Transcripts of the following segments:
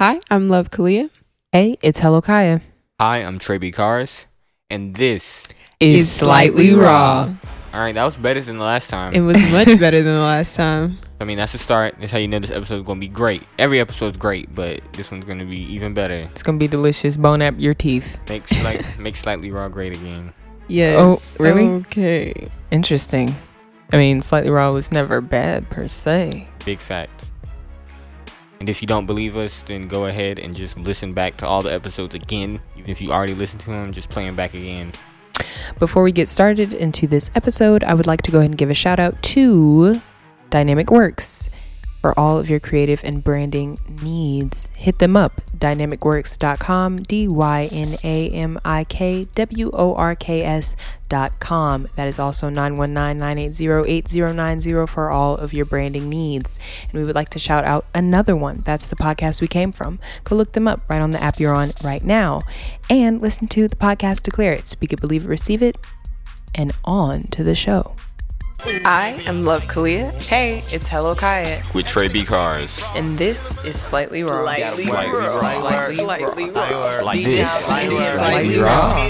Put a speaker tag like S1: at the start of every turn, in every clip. S1: Hi, I'm Love Kalia.
S2: Hey, it's Hello Kaya.
S3: Hi, I'm Trey B. Cars, and this.
S1: Is slightly raw.
S3: All right, that was better than the last time.
S1: It was much better than the last time.
S3: I mean, that's a start. That's how you know this episode is gonna be great. Every episode's great, but this one's gonna be even better.
S2: It's gonna be delicious. Bone up your teeth.
S3: Make like make slightly raw great again.
S1: Yes.
S2: Oh, really?
S1: Okay.
S2: Interesting. I mean, slightly raw was never bad per se.
S3: Big fact. And if you don't believe us, then go ahead and just listen back to all the episodes again. Even if you already listened to them, just play them back again.
S2: Before we get started into this episode, I would like to go ahead and give a shout out to Dynamic Works for all of your creative and branding needs. Hit them up, dynamicworks.com, D Y N A M I K W O R K S.com. That is also 919 980 8090 for all of your branding needs. And we would like to shout out another one. That's the podcast we came from. Go look them up right on the app you're on right now and listen to the podcast Declare It. Speak it, believe it, receive it, and on to the show.
S1: I am Love Kalia.
S2: Hey, it's Hello Kaya,
S3: With Trey B. Cars.
S2: and this is Slightly Raw.
S3: Slightly raw. Like this.
S2: Slightly
S3: raw.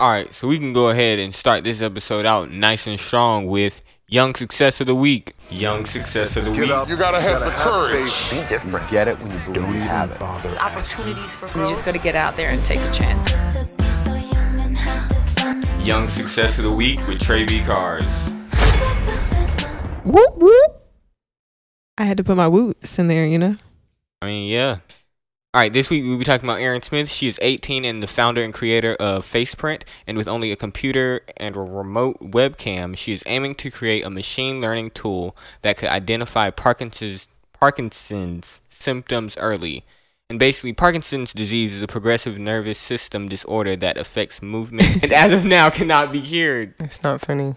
S3: All right, so we can go ahead and start this episode out nice and strong with Young Success of the Week. Young Success of the Week.
S4: You gotta have the courage.
S5: opportunities for growth. You just got to get out there and take a chance.
S3: Young Success of the Week with Trey B. Cars.
S2: Whoop whoop.
S1: I had to put my woots in there, you know?
S3: I mean, yeah. All right, this week we'll be talking about Erin Smith. She is 18 and the founder and creator of Faceprint. And with only a computer and a remote webcam, she is aiming to create a machine learning tool that could identify Parkinson's, Parkinson's symptoms early. And basically, Parkinson's disease is a progressive nervous system disorder that affects movement and as of now cannot be cured.
S2: It's not funny.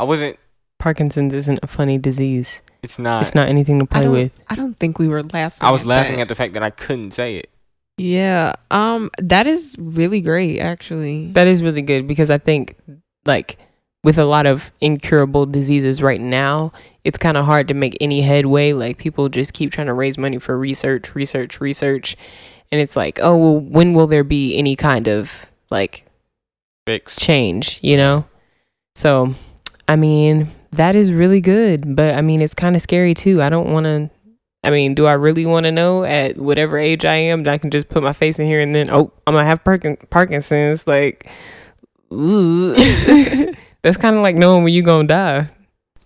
S3: I wasn't.
S2: Parkinson's isn't a funny disease.
S3: It's not.
S2: It's not anything to
S1: I
S2: play
S1: don't
S2: with.
S1: I don't think we were laughing.
S3: I was laughing
S1: that.
S3: at the fact that I couldn't say it.
S1: Yeah. Um that is really great actually.
S2: That is really good because I think, like, with a lot of incurable diseases right now, it's kind of hard to make any headway. Like, people just keep trying to raise money for research, research, research. And it's like, oh, well, when will there be any kind of, like,
S3: Fix.
S2: change, you know? So, I mean, that is really good, but I mean, it's kind of scary too. I don't want to. I mean, do I really want to know at whatever age I am that I can just put my face in here and then, oh, I'm going to have Parkin- Parkinson's? Like, ooh. that's kind of like knowing when you're going to die.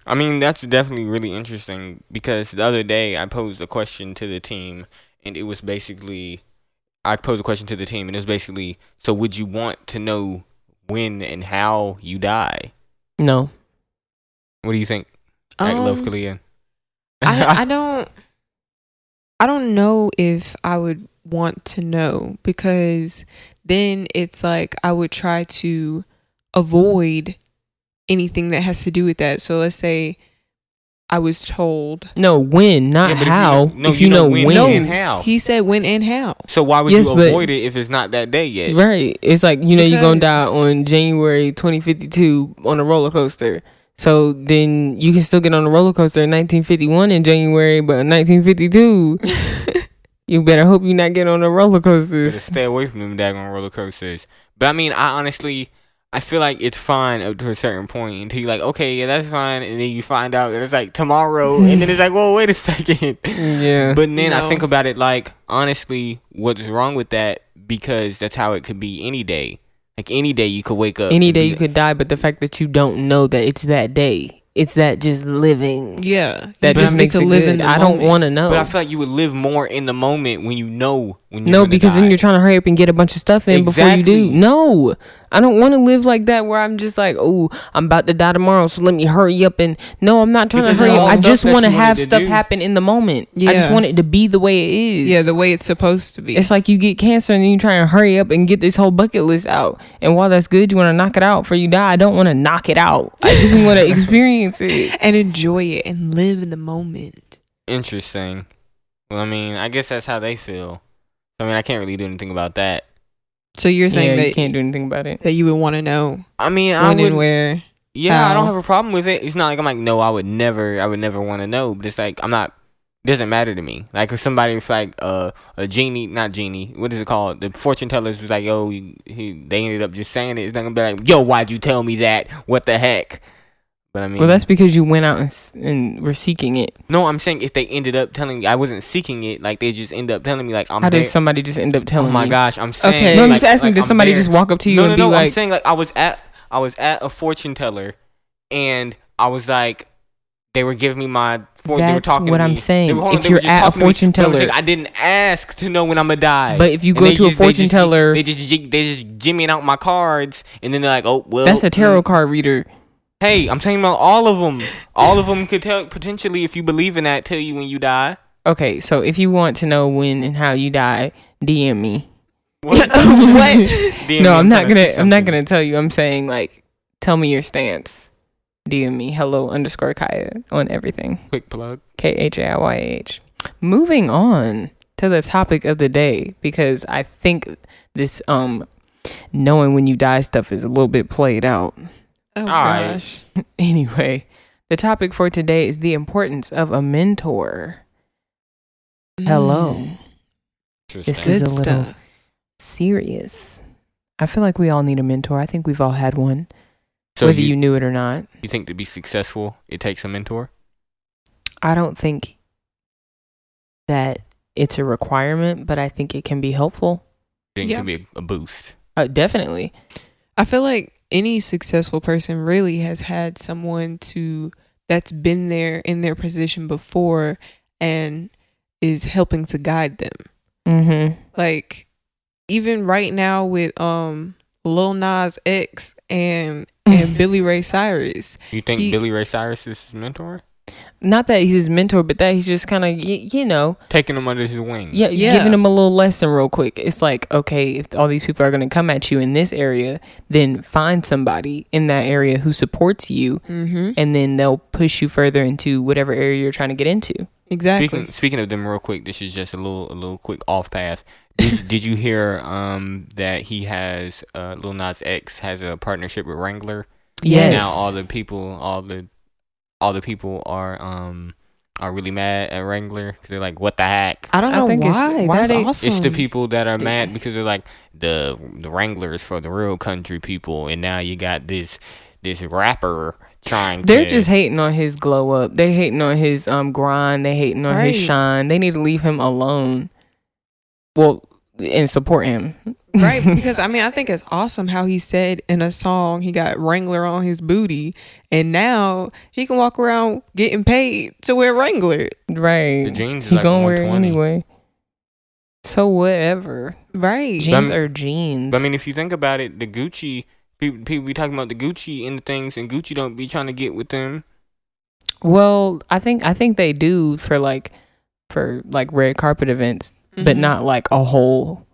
S3: I mean, that's definitely really interesting because the other day I posed a question to the team, and it was basically I posed a question to the team, and it was basically, so would you want to know when and how you die?
S2: No.
S3: What do you think? I love
S1: Um,
S3: Kalia.
S1: I, I don't I don't know if I would want to know because then it's like I would try to avoid anything that has to do with that. So let's say I was told
S2: No, when, not
S3: Yeah, but if you
S2: how.
S3: know- no,
S2: if you, know, when.
S3: No. and
S2: Oh.
S3: how.
S1: He said when and how.
S3: so why would
S2: yes,
S3: you
S2: but-
S3: avoid it if it's not that day yet?
S2: Right. It's like, you know, you're going to die
S1: Because-
S2: on January 2052 on a roller coaster. So then you can still get on a roller coaster in 1951 in January, but in 1952, you better hope you're not getting on the roller
S3: Better
S2: coasters.
S3: stay away from them daggone roller coasters. But I mean, I honestly, I feel like it's fine up to a certain point until you're like, okay, yeah, that's fine, and then you find out that it's like tomorrow, and then it's like, well, wait a second.
S2: Yeah.
S3: But then I
S1: No.
S3: think about it like, honestly, what's wrong with that? Because that's how it could be any day. Like any day you could wake up.
S2: Any
S3: and
S2: day
S3: be-
S2: you could die, but the fact that you don't know that it's that day, it's that just living.
S1: Yeah.
S2: That
S1: You
S2: just
S1: get
S2: makes it
S1: live in
S2: good.
S1: the
S2: I don't
S1: moment.
S2: want to know.
S3: But I feel like you would live more in the moment when you know when you're
S2: No,
S3: gonna
S2: because
S3: die.
S2: then you're trying to hurry up and get a bunch of stuff in before you
S3: Exactly.
S2: do. No, I don't want to live like that where I'm just like, oh, I'm about to die tomorrow, so let me hurry up and no, I'm not trying
S3: Because
S2: to hurry
S3: it's
S2: up.
S3: all
S2: I
S3: stuff
S2: just
S3: that
S2: want to
S3: you wanted
S2: have
S3: to
S2: stuff
S3: do.
S2: happen in the moment. I just
S1: Yeah.
S2: want it to be the way it is.
S1: Yeah, the way it's supposed to be.
S2: it's like you get cancer and then you try and hurry up and get this whole bucket list out. And while that's good, you want to knock it out for you die. I don't want to knock it out. I just want to experience it.
S1: and enjoy it and live in the moment.
S3: Interesting. Well, I mean, I guess that's how they feel. I mean, I can't really do anything about that.
S1: So you're
S2: Yeah,
S1: saying
S2: you
S1: that
S2: can't do anything about it.
S1: that you would want to know
S3: I mean, I
S1: when
S3: would.
S1: and where.
S3: yeah, I don't
S1: how.
S3: have a problem with it. It's not like I'm like, no, I would never, I would never want to know. But it's like I'm not doesn't matter to me. Like if somebody's like uh, a genie, not genie, what is it called? The fortune tellers was like, yo, he, he- they ended up just saying it. It's not gonna be like, yo, why'd you tell me that? What the heck? But I mean,
S2: Well, that's because you went out and, s- and were seeking it.
S3: no. I'm saying if they ended up telling me, I wasn't seeking it. Like they just end up telling me, like I'm
S2: How
S3: there.
S2: did somebody just end up telling
S3: oh my
S2: you?
S3: gosh, I'm saying.
S1: Okay.
S2: No, I'm
S3: like-
S2: just asking.
S3: like,
S2: did
S3: I'm
S2: somebody
S3: there.
S2: just walk up to you
S3: no,
S2: and
S3: no,
S2: be
S3: no. I'm
S2: like,
S3: saying like I was at I was at a fortune teller, and I was like, they were giving me my. For, they were
S2: That's
S3: talking
S2: what
S3: to
S2: I'm
S3: me.
S2: saying.
S3: They were, hold on,
S2: If
S3: they
S2: you're
S3: were just
S2: at a
S3: talking to me,
S2: fortune
S3: but I'm saying
S2: teller-
S3: I didn't ask to know when I'm gonna die.
S2: But if you
S3: And
S2: go
S3: they
S2: to a
S3: just- they
S2: fortune
S3: just-
S2: teller-
S3: they just jig- they just jimmying out my cards, and then they're like, oh well,
S2: "That's a tarot
S3: mm,
S2: card reader."
S3: Hey, I'm talking about all of them. All of them could tell potentially if you believe in that, tell you when you die.
S2: Okay, so if you want to know when and how you die, DM me.
S3: What?
S1: what?
S3: Damn,
S2: no, I'm
S3: trying
S2: not
S3: to
S2: gonna.
S3: say
S2: I'm not
S3: something.
S2: gonna tell you. I'm saying like, tell me your stance. DM me hello underscore Kaya on everything.
S3: Quick plug.
S2: K H A I Y A H. Moving on to the topic of the day because I think this um knowing when you die stuff is a little bit played out.
S1: Oh
S3: right.
S1: gosh.
S2: Anyway, the topic for today is the importance of a mentor. Hello.
S1: Mm.
S2: This
S1: Good
S2: is a little
S1: stuff.
S2: serious. I feel like we all need a mentor. I think we've all had one,
S3: So
S2: whether
S3: you,
S2: you, knew it or not.
S3: you think to be successful, it takes a mentor?
S2: I don't think that it's a requirement, but I think it can be helpful.
S3: You think it
S1: Yeah.
S3: could be a, a boost?
S2: Uh, definitely.
S1: I feel like any successful person really has had someone to that's been there in their position before and is helping to guide them.
S2: Mm-hmm.
S1: Like even right now with um Lil Nas X and
S2: Mm-hmm.
S1: and Billy Ray Cyrus.
S3: You think
S1: He-
S3: Billy Ray Cyrus is his mentor?
S2: not that he's his mentor, but that he's just kind of y- you know,
S3: Taking him under his wing.
S2: yeah,
S1: Yeah.
S2: giving him a little lesson real quick. It's like okay, if all these people are going to come at you in this area, then find somebody in that area who supports you,
S1: Mhm.
S2: and then they'll push you further into whatever area you're trying to get into.
S1: Exactly.
S3: Speaking speaking of them real quick, this is just a little a little quick off path. Did, did you hear um that he has uh Lil Nas X has a partnership with Wrangler?
S1: Yes.
S3: Now all the people all the all the people are um are really mad at Wrangler 'cause they're like, what the heck?
S1: I don't
S2: I
S1: know
S2: think it's-
S1: why.
S2: why is
S1: That's
S2: it-
S1: awesome.
S3: It's the people that are
S2: Dude.
S3: mad because they're like the the Wranglers for the real country people, and now you got this this rapper trying.
S2: they're
S3: to,
S2: just hating on his glow up. They hating on his um grind. They hating on his
S1: Right.
S2: shine. They need to leave him alone. Well, and support him.
S1: right because i mean i think it's awesome how he said in a song he got wrangler on his booty and now he can walk around getting paid to wear wrangler
S2: right.
S3: the jeans. Is
S2: He
S3: like
S2: gonna wear it
S3: 120.
S2: anyway. So whatever.
S1: right
S2: Jeans
S3: mean-
S2: are jeans.
S3: But I mean, if you think about it, the Gucci people, people be talking about the Gucci and the things, and Gucci don't be trying to get with them.
S2: well, I think I think they do for like for like red carpet events, but
S1: Mhm.
S2: not like a whole.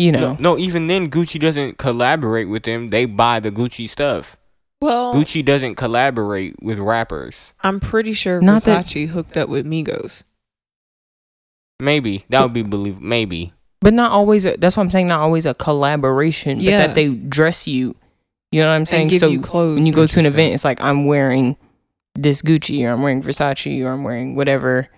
S2: You know,
S3: No, no, even then, Gucci doesn't collaborate with them. They buy the Gucci stuff.
S1: well
S3: Gucci doesn't collaborate with rappers.
S1: i'm pretty sure
S2: Not that-
S1: versace hooked up with migos
S3: Maybe that would be believe. Maybe
S2: but not always. A, that's what I'm saying. Not always a collaboration,
S1: Yeah.
S2: but that they dress you. You know what I'm
S1: and
S2: saying?
S1: give
S2: So
S1: you clothes
S2: when you go to an
S3: Interesting.
S2: event, it's like I'm wearing this Gucci or I'm wearing Versace or I'm wearing whatever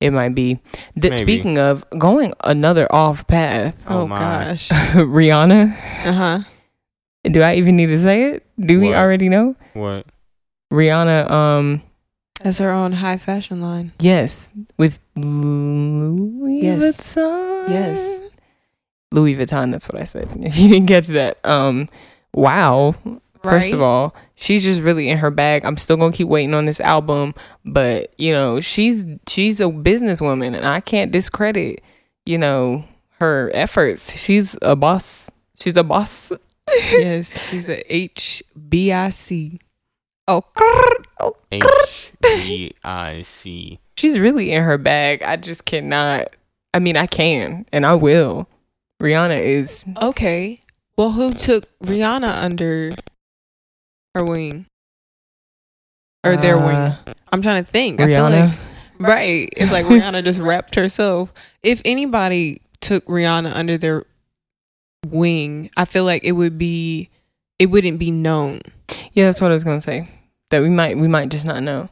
S2: it might be. That
S3: Maybe.
S2: speaking of going another off path,
S1: oh,
S3: Oh my.
S1: gosh
S2: Rihanna.
S1: uh-huh
S2: Do I even need to say it? Do we
S3: What?
S2: already know?
S3: what?
S2: Rihanna, um,
S1: that's her own high fashion line
S2: yes, with Louis
S1: Yes.
S2: Vuitton.
S1: Yes.
S2: Louis Vuitton, that's what I said. If you didn't catch that, um, wow. First of all, she's just really in her bag. I'm still gonna keep waiting on this album, but you know, she's she's a businesswoman and I can't discredit, you know, her efforts. She's a boss. She's a boss.
S1: yes she's a h-b-i-c oh
S2: Oh,
S3: H E I C.
S2: She's really in her bag. I just cannot. I mean, I can and I will. Rihanna is
S1: okay well who took rihanna under her wing or their wing
S2: uh,
S1: I'm trying to think. I feel
S2: Rihanna.
S1: like right. It's like Rihanna just wrapped herself. If anybody took Rihanna under their wing, I feel like it would be it wouldn't be known.
S2: yeah, that's what I was gonna say. That we might we might just not know.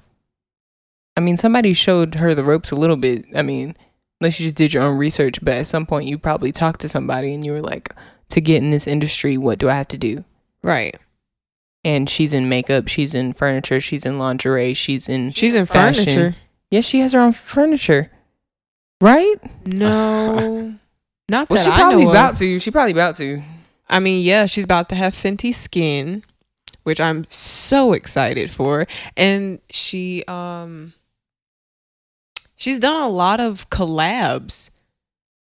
S2: I mean, somebody showed her the ropes a little bit. I mean, unless you just did your own research, but at some point you probably talked to somebody and you were like, to get in this industry, what do I have to do?
S1: Right.
S2: And she's in makeup, she's in furniture, she's in lingerie, she's in.
S1: She's in
S2: Fashion.
S1: furniture.
S2: Yes, she has her own furniture, right?
S1: No. Not that
S2: Well, she
S1: I
S2: probably
S1: know
S2: about
S1: of.
S2: to. She probably about to.
S1: I mean, yeah, she's about to have Fenty skin, which I'm so excited for. And she um she's done a lot of collabs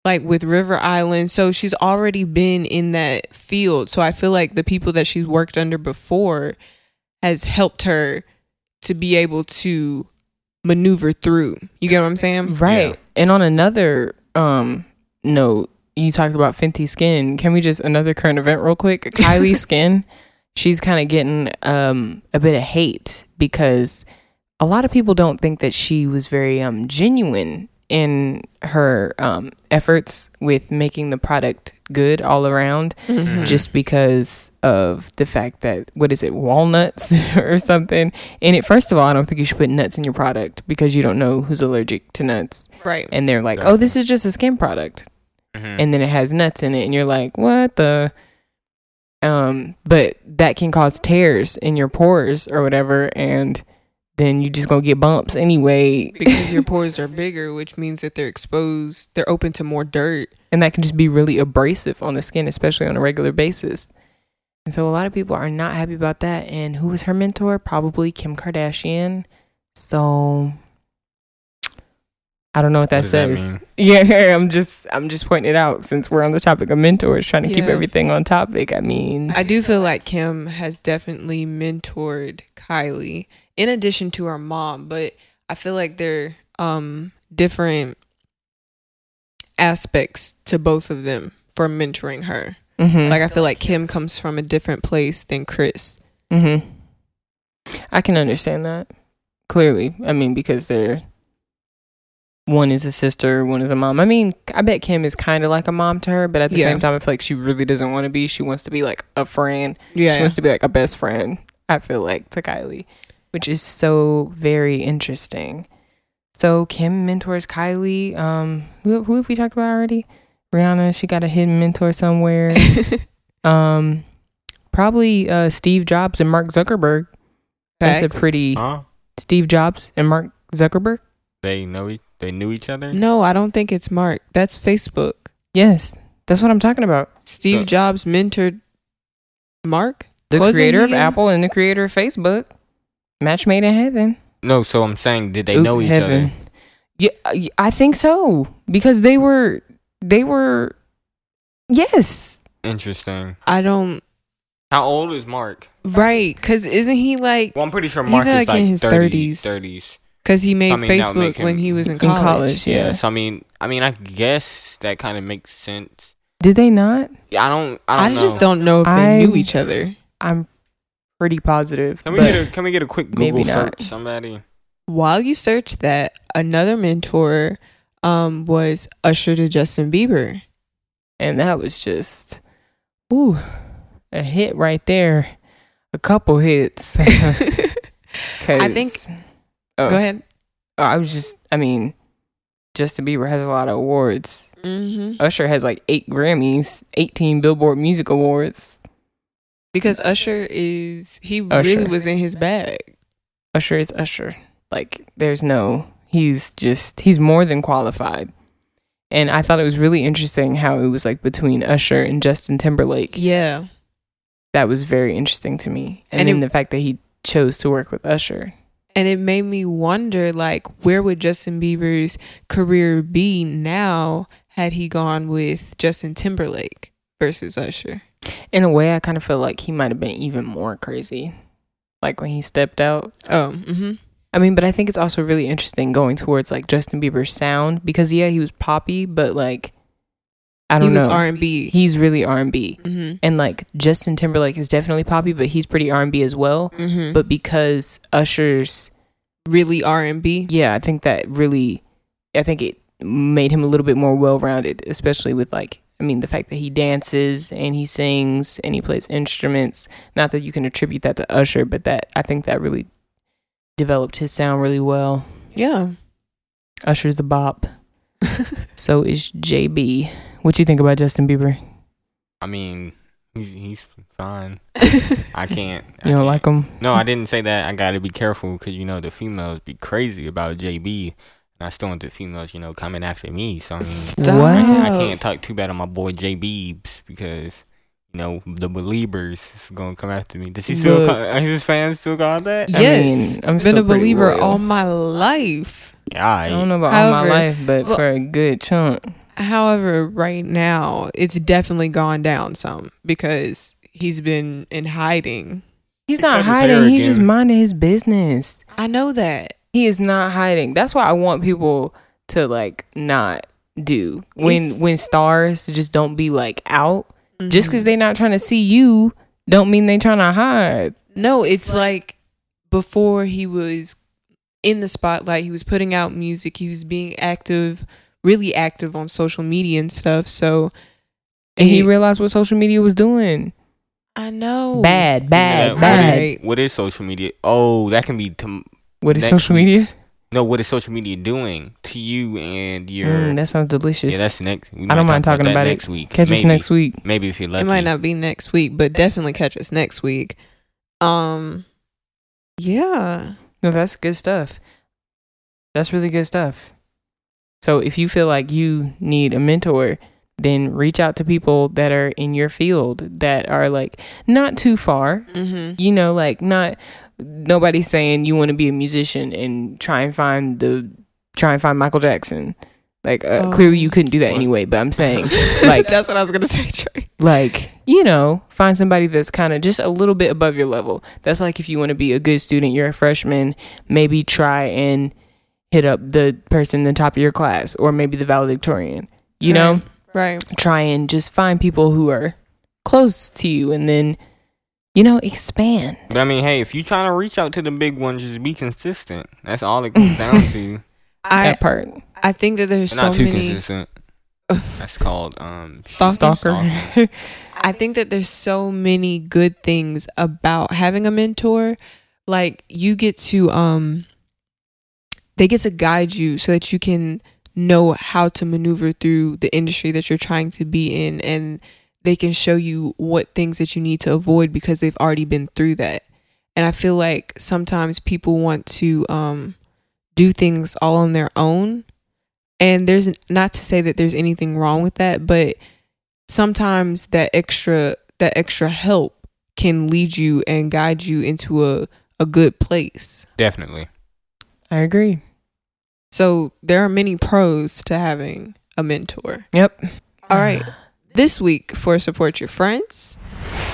S1: like with River Island, so she's already been in that field. So I feel like the people that she's worked under before has helped her to be able to maneuver through. You get what I'm saying?
S2: Right. And on another um note, you talked about Fenty Skin. Can we just another current event real quick? Kylie Skin, she's kind of getting um a bit of hate because a lot of people don't think that she was very um genuine in her um efforts with making the product good all around
S1: Mhm.
S2: just because of the fact that what is it walnuts or something in it first of all i don't think you should put nuts in your product because you don't know who's allergic to nuts
S1: Right.
S2: and they're like oh this is just a skin product
S1: Mm-hmm.
S3: Mhm.
S2: and then it has nuts in it and you're like what the um but that can cause tears in your pores or whatever and then you just gonna get bumps anyway
S1: because your pores are bigger, which means that they're exposed, they're open to more dirt.
S2: and that can just be really abrasive on the skin, especially on a regular basis. And so a lot of people are not happy about that. And who was her mentor? Probably Kim Kardashian. So I don't know what that
S3: What does that
S2: says. yeah, I'm just I'm just pointing it out since we're on the topic of mentors, trying to keep
S1: Yeah.
S2: everything on topic. I mean,
S1: I do feel like Kim has definitely mentored Kylie in addition to her mom, but I feel like they're um different aspects to both of them for mentoring her.
S2: mhm.
S1: Like I feel like Kim comes from a different place than Chris.
S2: Mm-hmm. I can understand that clearly. I mean, because they're one is a sister, one is a mom. I mean, I bet Kim is kind of like a mom to her, but at the
S1: Yeah.
S2: same time, I feel like she really doesn't want to be. She wants to be like a friend.
S1: Yeah.
S2: She wants to be like a best friend. I feel like to Kylie, which is so very interesting. So Kim mentors Kylie. Um, who who have we talked about already? Rihanna. She got a hidden mentor somewhere um probably uh Steve Jobs and Mark Zuckerberg. That's a
S1: Facts.
S2: pretty
S3: Huh?
S2: Steve Jobs and Mark Zuckerberg.
S3: They know e- they knew each other.
S1: No, I don't think it's Mark. That's Facebook.
S2: Yes. That's what I'm talking about.
S1: Steve
S3: Uh,
S1: Jobs mentored Mark?
S2: The
S1: Wasn't
S2: creator of
S1: he in-
S2: Apple and the creator of Facebook. Match made in heaven.
S3: No, so I'm saying did they
S2: Oop,
S3: know each
S2: heaven. Yeah, I- I think so because they were they were yes.
S3: other? Interesting.
S1: I don't
S3: How old is Mark?
S1: Right, because isn't he like
S3: Well, I'm pretty sure
S1: He's,
S3: Mark
S1: like,
S3: is like
S1: in his
S3: 30,
S1: 30s.
S3: 30s.
S1: Because he made
S3: I mean, that would
S1: Facebook
S3: make
S1: when
S3: him-
S1: he was in
S2: in
S1: college.
S2: college. Yeah.
S3: So I mean, I mean, I guess that kind of makes sense.
S2: Did they not?
S3: Yeah, I don't. I
S1: I,
S3: don't know.
S1: just don't know if they
S2: I-
S1: knew each other.
S2: I'm pretty positive.
S3: Can we
S2: but-
S3: get a Can we get a quick Google
S2: maybe not.
S3: search? Somebody.
S1: While you search that, another mentor um, was Usher to Justin Bieber.
S2: and that was just ooh a hit right there a couple hits
S1: I think-
S2: 'Cause- oh,
S1: Go ahead.
S2: oh, i was just i mean justin bieber has a lot of awards
S1: hmm
S2: usher has like eight grammys 18 billboard music awards
S1: Because Usher is, he
S2: Usher.
S1: really was in his bag.
S2: usher is usher like there's no he's just he's more than qualified and i thought it was really interesting how it was like between usher and justin timberlake
S1: Yeah.
S2: that was very interesting to me. And,
S1: And
S2: then
S1: it-
S2: the fact that he chose to work with Usher.
S1: And it made me wonder, like, where would Justin Bieber's career be now had he gone with Justin Timberlake versus Usher?
S2: In a way, I kind of feel like he might have been even more crazy, like when he stepped out.
S1: Oh, mm-hmm.
S2: I mean, but I think it's also really interesting going towards like Justin Bieber's sound because yeah, he was poppy, but like I
S1: he
S2: don't
S1: was
S2: know,
S1: R and B.
S2: he's really R and B,
S1: Mm-hmm.
S2: and like Justin Timberlake is definitely poppy, but he's pretty R and B as well.
S1: Mm-hmm.
S2: But because Usher's
S1: really R and B.
S2: yeah, I think that really, I think it made him a little bit more well rounded, especially with like, I mean, the fact that he dances and he sings and he plays instruments. Not that you can attribute that to Usher, but that I think that really developed his sound really well.
S1: Yeah.
S2: Usher's the bop. so is JB. What you think about Justin Bieber?
S3: I mean, he's, he's fine. I can't. I
S2: You don't
S3: can't.
S2: like him?
S3: No, I didn't say that. I got to be careful because you know the females be crazy about JB, and I still want the females, you know, coming after me. So I mean, I,
S2: What?
S3: can't- I
S1: Stop.
S3: can't talk too bad on my boy JBs because. You know the believers is gonna come after me. Does he still?
S1: Look.
S3: Call, are his fans still call that?
S2: I
S1: yes,
S2: mean, I'm
S1: been a
S2: still pretty
S1: believer
S2: loyal.
S1: all my life.
S3: Yeah, I,
S2: I don't know about all my
S1: However-
S2: life, but
S1: Well-
S2: for a good chunk.
S1: However, right now it's definitely gone down some because he's been in hiding.
S2: He's
S3: He cut
S2: not
S3: his hair
S2: hiding. He's just
S3: again.
S2: minding his business.
S1: I know that.
S2: He is not hiding. That's why I want people to like not do when
S1: It's- Mm-hmm.
S2: when stars just don't be like out just because they not trying to see you don't mean they trying to hide.
S1: No, it's like before he was in the spotlight, he was putting out music, he was being active, really active on social media and stuff. So
S2: And he
S1: it-
S2: realized what social media was doing.
S1: I know.
S2: Bad,
S3: Yeah,
S2: bad,
S3: what is-
S2: bad.
S1: Right.
S3: what is social media? Oh, that can be. tom
S2: What is
S3: next
S2: social media?
S3: week's- No, what is social media doing to you and your?
S2: Mm, that sounds delicious.
S3: yeah, that's next. We
S2: I don't
S3: might
S2: mind
S3: talk
S2: talking about
S3: that
S2: it.
S3: next week.
S2: Catch
S3: maybe,
S2: us next week.
S3: Maybe if you're lucky.
S1: It might not be next week, but definitely catch us next week. Um yeah.
S2: No, that's good stuff. That's really good stuff. So if you feel like you need a mentor, then reach out to people that are in your field that are like not too far.
S1: Mhm.
S2: You know, like not nobody's saying you want to be a musician and try and find the try and find Michael Jackson. Like uh,
S1: Oh.
S2: clearly you couldn't do that
S3: What?
S2: anyway, but I'm saying like
S1: That's what I was going to say, Trey.
S2: like you know find somebody that's kind of just a little bit above your level that's like if you want to be a good student you're a freshman maybe try and hit up the person in the top of your class or maybe the valedictorian you know
S1: Right.
S2: try and just find people who are close to you and then you know expand
S3: But I mean, hey, if you're trying to reach out to the big one, just be consistent. That's all it comes down to.
S1: I
S2: that part
S1: I think that there's so
S3: not too
S1: many
S3: consistent. That's called um
S1: Stalking?
S2: stalker
S1: I think that there's so many good things about having a mentor. Like you get to um they get to guide you so that you can know how to maneuver through the industry that you're trying to be in and they can show you what things that you need to avoid because they've already been through that. And I feel like sometimes people want to um do things all on their own. And there's not to say that there's anything wrong with that, but sometimes that extra that extra help can lead you and guide you into a a good place.
S3: Definitely.
S2: i agree
S1: So there are many pros to having a mentor.
S2: yep
S1: All right. This week for support your friends.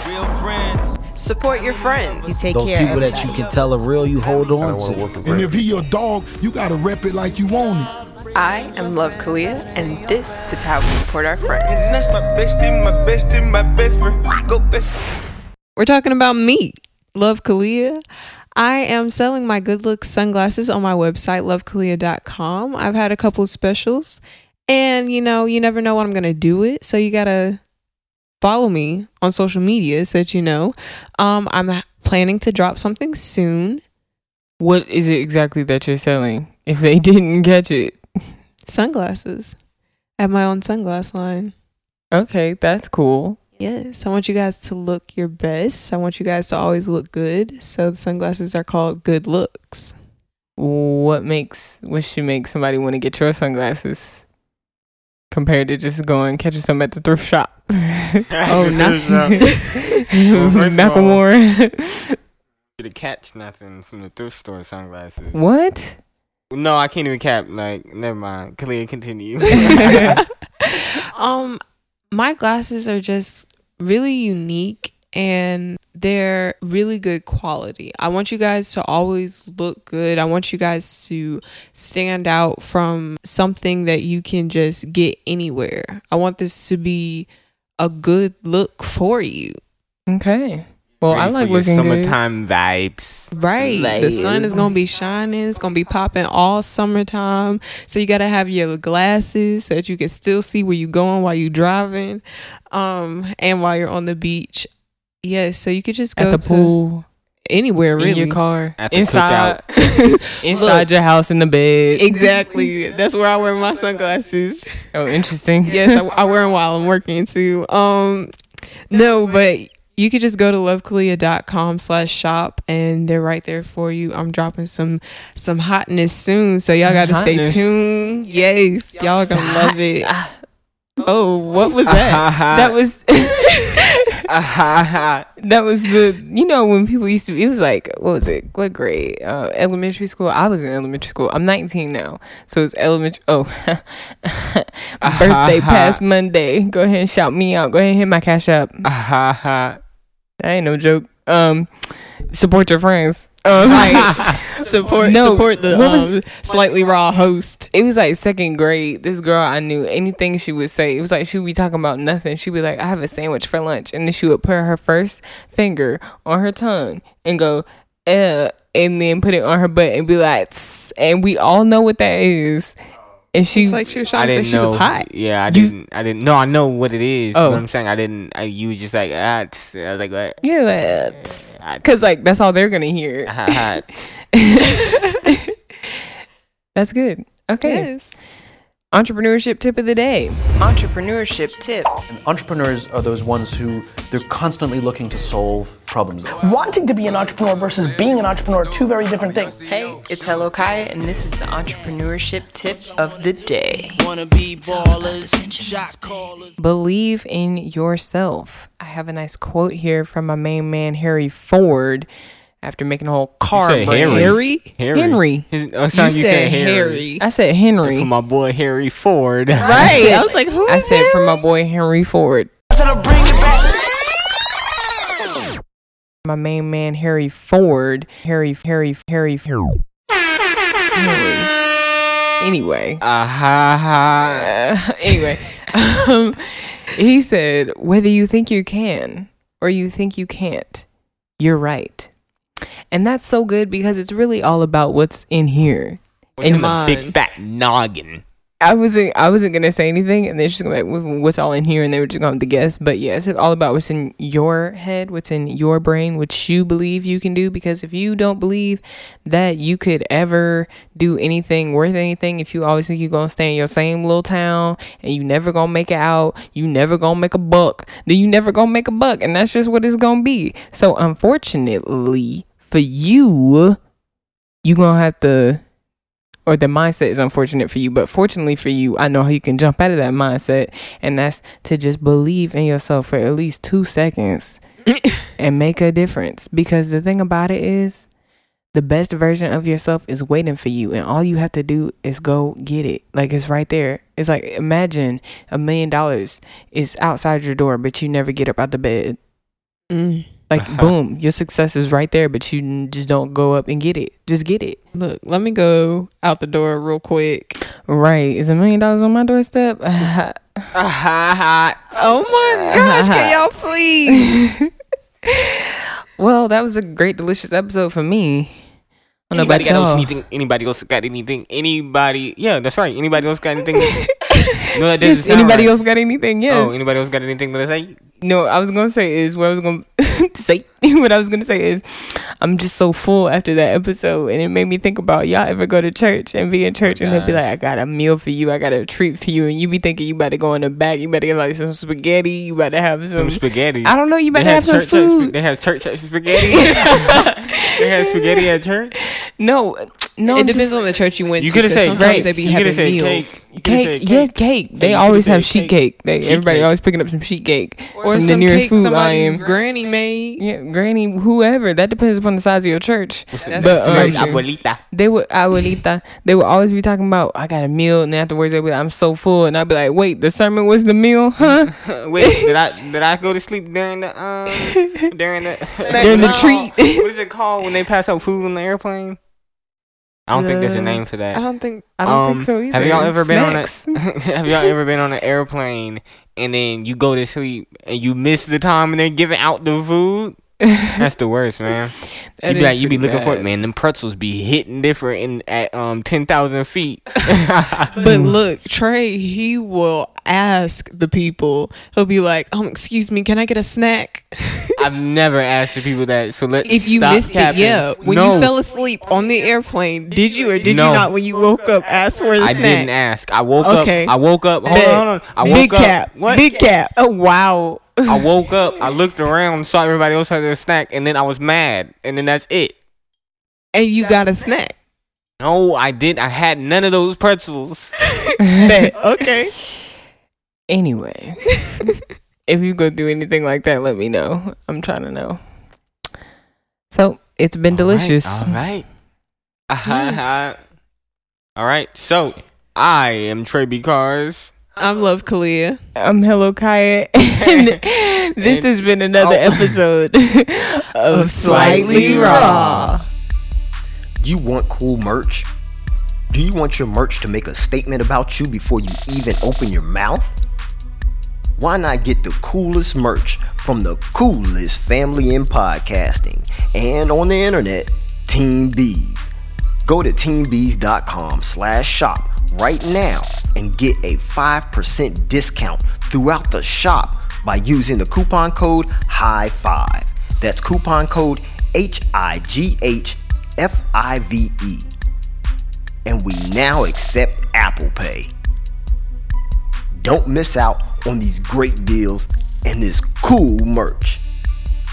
S4: Real friends.
S5: Support your friends.
S6: You take
S7: Those
S6: care
S7: people
S6: of
S7: that you can tell are real, you hold on to.
S8: And if he your dog, you gotta rep it like you own it.
S5: I am Love Kalia, and this is how we support our friends.
S4: And that's my bestie, my bestie, my best friend. Go best.
S1: We're talking about me, Love Kalia. I am selling my good look sunglasses on my website, lovekalia.com. I've had a couple specials, and you know, you never know when I'm going to do it. So you got to follow me on social media so that you know. Um, I'm planning to drop something soon
S2: what is it exactly that you're selling if they didn't catch it
S1: sunglasses. I have my own sunglass line.
S2: okay that's cool
S1: Yes, I want you guys to look your best. I want you guys to always look good. So the sunglasses are called good looks.
S2: what makes what should make somebody want to get your sunglasses compared to just going catching some at the thrift shop?
S1: Oh, not-
S3: first of all-
S2: Macklemore.
S3: to catch nothing from the thrift store sunglasses.
S2: what?
S3: No, I can't even cap. Like, never mind. Clear, continue.
S1: um my glasses are just really unique and they're really good quality. I want you guys to always look good. I want you guys to stand out from something that you can just get anywhere. I want this to be a good look for you.
S2: Okay. Well, I
S3: Ready
S2: like
S3: for your
S2: looking good.
S3: summertime vibes.
S1: Right. The sun is going to be shining. It's going to be popping all summertime. So you got to have your glasses so that you can still see where you're going while you're driving um, and while you're on the beach. Yes. so you could just go
S2: at the
S1: to
S2: pool.
S1: anywhere really.
S2: in your car,
S3: At the
S2: inside, inside
S1: Look.
S2: your house, in the bed.
S1: Exactly. That's where I wear my sunglasses.
S2: oh, interesting.
S1: yes, I, I wear them while I'm working too. Um, no, but you could just go to lovekalia.com slash shop and they're right there for you. I'm dropping some some hotness soon, so y'all got to stay
S2: Hotness.
S1: tuned. Yes, y'all Ah. are gonna love it. Oh, what was that?
S3: Uh,
S2: that was that was the you know when people used to it was like what was it what grade uh, elementary school I was in elementary school I'm 19 now so it's elementary oh birthday past Monday go ahead and shout me out go ahead and hit my cash up that ain't no joke um support your friends um,
S1: Right. Support
S2: No,
S1: support the
S2: what was-
S1: um, slightly raw host.
S2: it was like second grade. This girl I knew, anything she would say, it was like she would be talking about nothing. She'd be like, I have a sandwich for lunch. And then she would put her first finger on her tongue and go, uh, and then put it on her butt and be like, "Tss," and we all know what that is. And she,
S1: It's like she was
S3: I
S1: trying to
S3: didn't
S1: say she
S3: know.
S1: was hot.
S3: Yeah, I
S2: You-
S3: didn't. I didn't. No, I know what it is.
S2: Oh.
S3: But I'm saying I didn't. I, you were just like ah. T's. I was like what?
S2: yeah, like, "Tss," cause like that's all they're gonna hear.
S3: Ah, ah, t's.
S2: That's good. Okay.
S1: Yes.
S2: Entrepreneurship tip of the day.
S5: Entrepreneurship tip.
S6: Entrepreneurs are those ones who they're constantly looking to solve problems.
S9: Wanting to be an entrepreneur versus being an entrepreneur are two very different things.
S5: Hey, it's Hello Kaya, and this is the entrepreneurship tip of the day.
S2: Believe in yourself. I have a nice quote here from my main man Harry Ford after making a whole car.
S3: said
S2: brand.
S3: Harry?
S1: Harry?
S3: Harry.
S2: Henry.
S3: His, oh,
S1: You,
S3: sorry,
S1: said, Harry.
S2: I said Henry.
S3: For my boy Harry Ford.
S1: Right. I was like, who?
S2: I
S1: is
S2: said for
S1: Harry?
S2: my boy Henry Ford. My main man Harry Ford. Harry Harry Harry Harry. Harry. Anyway.
S3: Ah ha ha.
S2: Uh, anyway. um, he said, whether you think you can or you think you can't, you're right. And that's so good because it's really all about what's in here.
S3: What's in the
S1: mine.
S3: big fat noggin?
S2: I wasn't I wasn't gonna say anything, and they're just gonna be like, "Wh- what's all in here, and they were just gonna have to guess. But yeah, it's all about what's in your head, what's in your brain, what you believe you can do. Because if you don't believe that you could ever do anything worth anything, if you always think you're gonna stay in your same little town and you never gonna make it out, you never gonna make a buck, then you never gonna make a buck, and that's just what it's gonna be. So unfortunately for you, you gonna have to or the mindset is unfortunate for you, but fortunately for you, I know how you can jump out of that mindset, and that's to just believe in yourself for at least two seconds and make a difference. Because the thing about it is, the best version of yourself is waiting for you, and all you have to do is go get it. Like it's right there. It's like imagine a million dollars is outside your door, but you never get up out the bed
S1: Mm.
S2: like boom your success is right there but you n- just don't go up and get it just get it
S1: Look, let me go out the door real quick.
S2: right is a million dollars on my doorstep
S3: Ah ha ha.
S1: Oh my gosh, can y'all please?
S2: well that was a great delicious episode for me I don't know
S3: Anybody
S2: about
S3: got else
S2: y'all.
S3: anything? Anybody else got anything? Anybody? Yeah, that's right. Anybody else got anything? no, that doesn't
S2: Yes,
S3: sound
S2: anybody
S3: right.
S2: else got anything? Yes.
S3: Oh, anybody else got anything to say?
S2: no, I was gonna say is what I was gonna say. What I was gonna say is, I'm just so full after that episode, and it made me think about y'all ever go to church and be in church, and they'll be
S3: Oh gosh.
S2: like, "I got a meal for you, I got a treat for you," and you be thinking you about to go in the back, you better get like some spaghetti, you better have
S3: Some
S2: some
S3: spaghetti.
S2: Um, I don't know. You
S3: They
S2: better have,
S3: church
S2: some
S3: at sp-
S2: food.
S3: they have church at spaghetti. they have spaghetti at church.
S2: No, no.
S1: it depends
S2: just-
S1: on the church you went
S3: You
S1: to.
S3: could have
S1: 'cause
S3: said
S1: sometimes
S3: right.
S1: they be
S3: you
S1: having
S3: could have said
S1: meals.
S3: cake. You coulda
S2: cake.
S3: said
S2: Yeah, cake. They
S3: you coulda
S2: always
S3: said
S2: have sheet cake. They
S3: Sheet
S2: everybody
S3: cake.
S2: always picking up some sheet cake
S1: Or
S2: from
S1: some
S2: the nearest
S1: cake
S2: food
S1: somebody's
S2: line.
S1: granny made.
S2: yeah, granny, whoever. That depends upon the size of your church.
S1: That's
S2: But,
S1: for
S2: um,
S1: sure.
S3: Abuelita.
S2: They would, abuelita, they would always be talking about, I got a meal, and afterwards they would, I'm so full, and I'd be like, wait, the sermon was the meal, huh?
S3: Wait, did I did I go to sleep during the um during the
S2: During the
S1: No.
S2: treat.
S3: what is it called when they pass out food on the airplane? I don't think there's a
S2: Uh,
S3: name for
S1: I
S3: that.
S1: don't think
S2: I don't
S3: Um,
S2: think so either.
S3: Have y'all ever
S2: Snacks.
S3: been on a Have y'all ever been on an airplane and then you go to sleep and you miss the time and they're giving out the food? That's the worst, man.
S2: That
S3: you be
S2: is
S3: like, you be
S2: pretty
S3: looking for it,
S2: bad.
S3: man. Them pretzels be hitting different in at um ten thousand feet.
S1: But look, Trey, he will ask the people. He'll be like, "Um, excuse me, can I get a snack?"
S3: I've never asked the people that. So let's
S1: If you
S3: stop
S1: missed
S3: capping.
S1: it, yeah. When
S3: no,
S1: you fell asleep on the airplane, did you or did
S3: No.
S1: you not? When you woke up, ask for the
S3: I
S1: snack.
S3: didn't ask. I woke
S1: Okay.
S3: up. I woke up. Hold
S1: Bet.
S3: on, hold on. I woke
S1: Big
S3: up.
S1: cap.
S3: What?
S1: Big cap.
S2: Oh wow.
S3: I woke up. I looked around, saw everybody else had their snack, and then I was mad. And then that's it.
S1: And you got a snack.
S3: No, I didn't. I had none of those pretzels.
S1: Bet. Okay.
S2: Anyway, if you go through anything like that, let me know. I'm trying to know. So it's been delicious.
S3: All right. Uh-huh. All right. So I am Trey B. Cars.
S1: I'm Love Kalia.
S2: I'm Um, Hello Kaya, and this has been another
S3: Oh.
S2: episode of Slightly
S3: Slightly
S2: Raw.
S10: You want cool merch? Do you want your merch to make a statement about you before you even open your mouth? Why not get the coolest merch from the coolest family in podcasting and on the internet, Team Bees? Go to teambees.com slash shop right now and get a 5% discount throughout the shop by using the coupon code HIGH FIVE. That's coupon code H I G H F I V E. And we now accept Apple Pay. Don't miss out on these great deals and this cool merch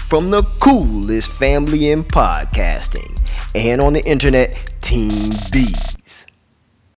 S10: from the coolest family in podcasting and on the internet, Team Bees.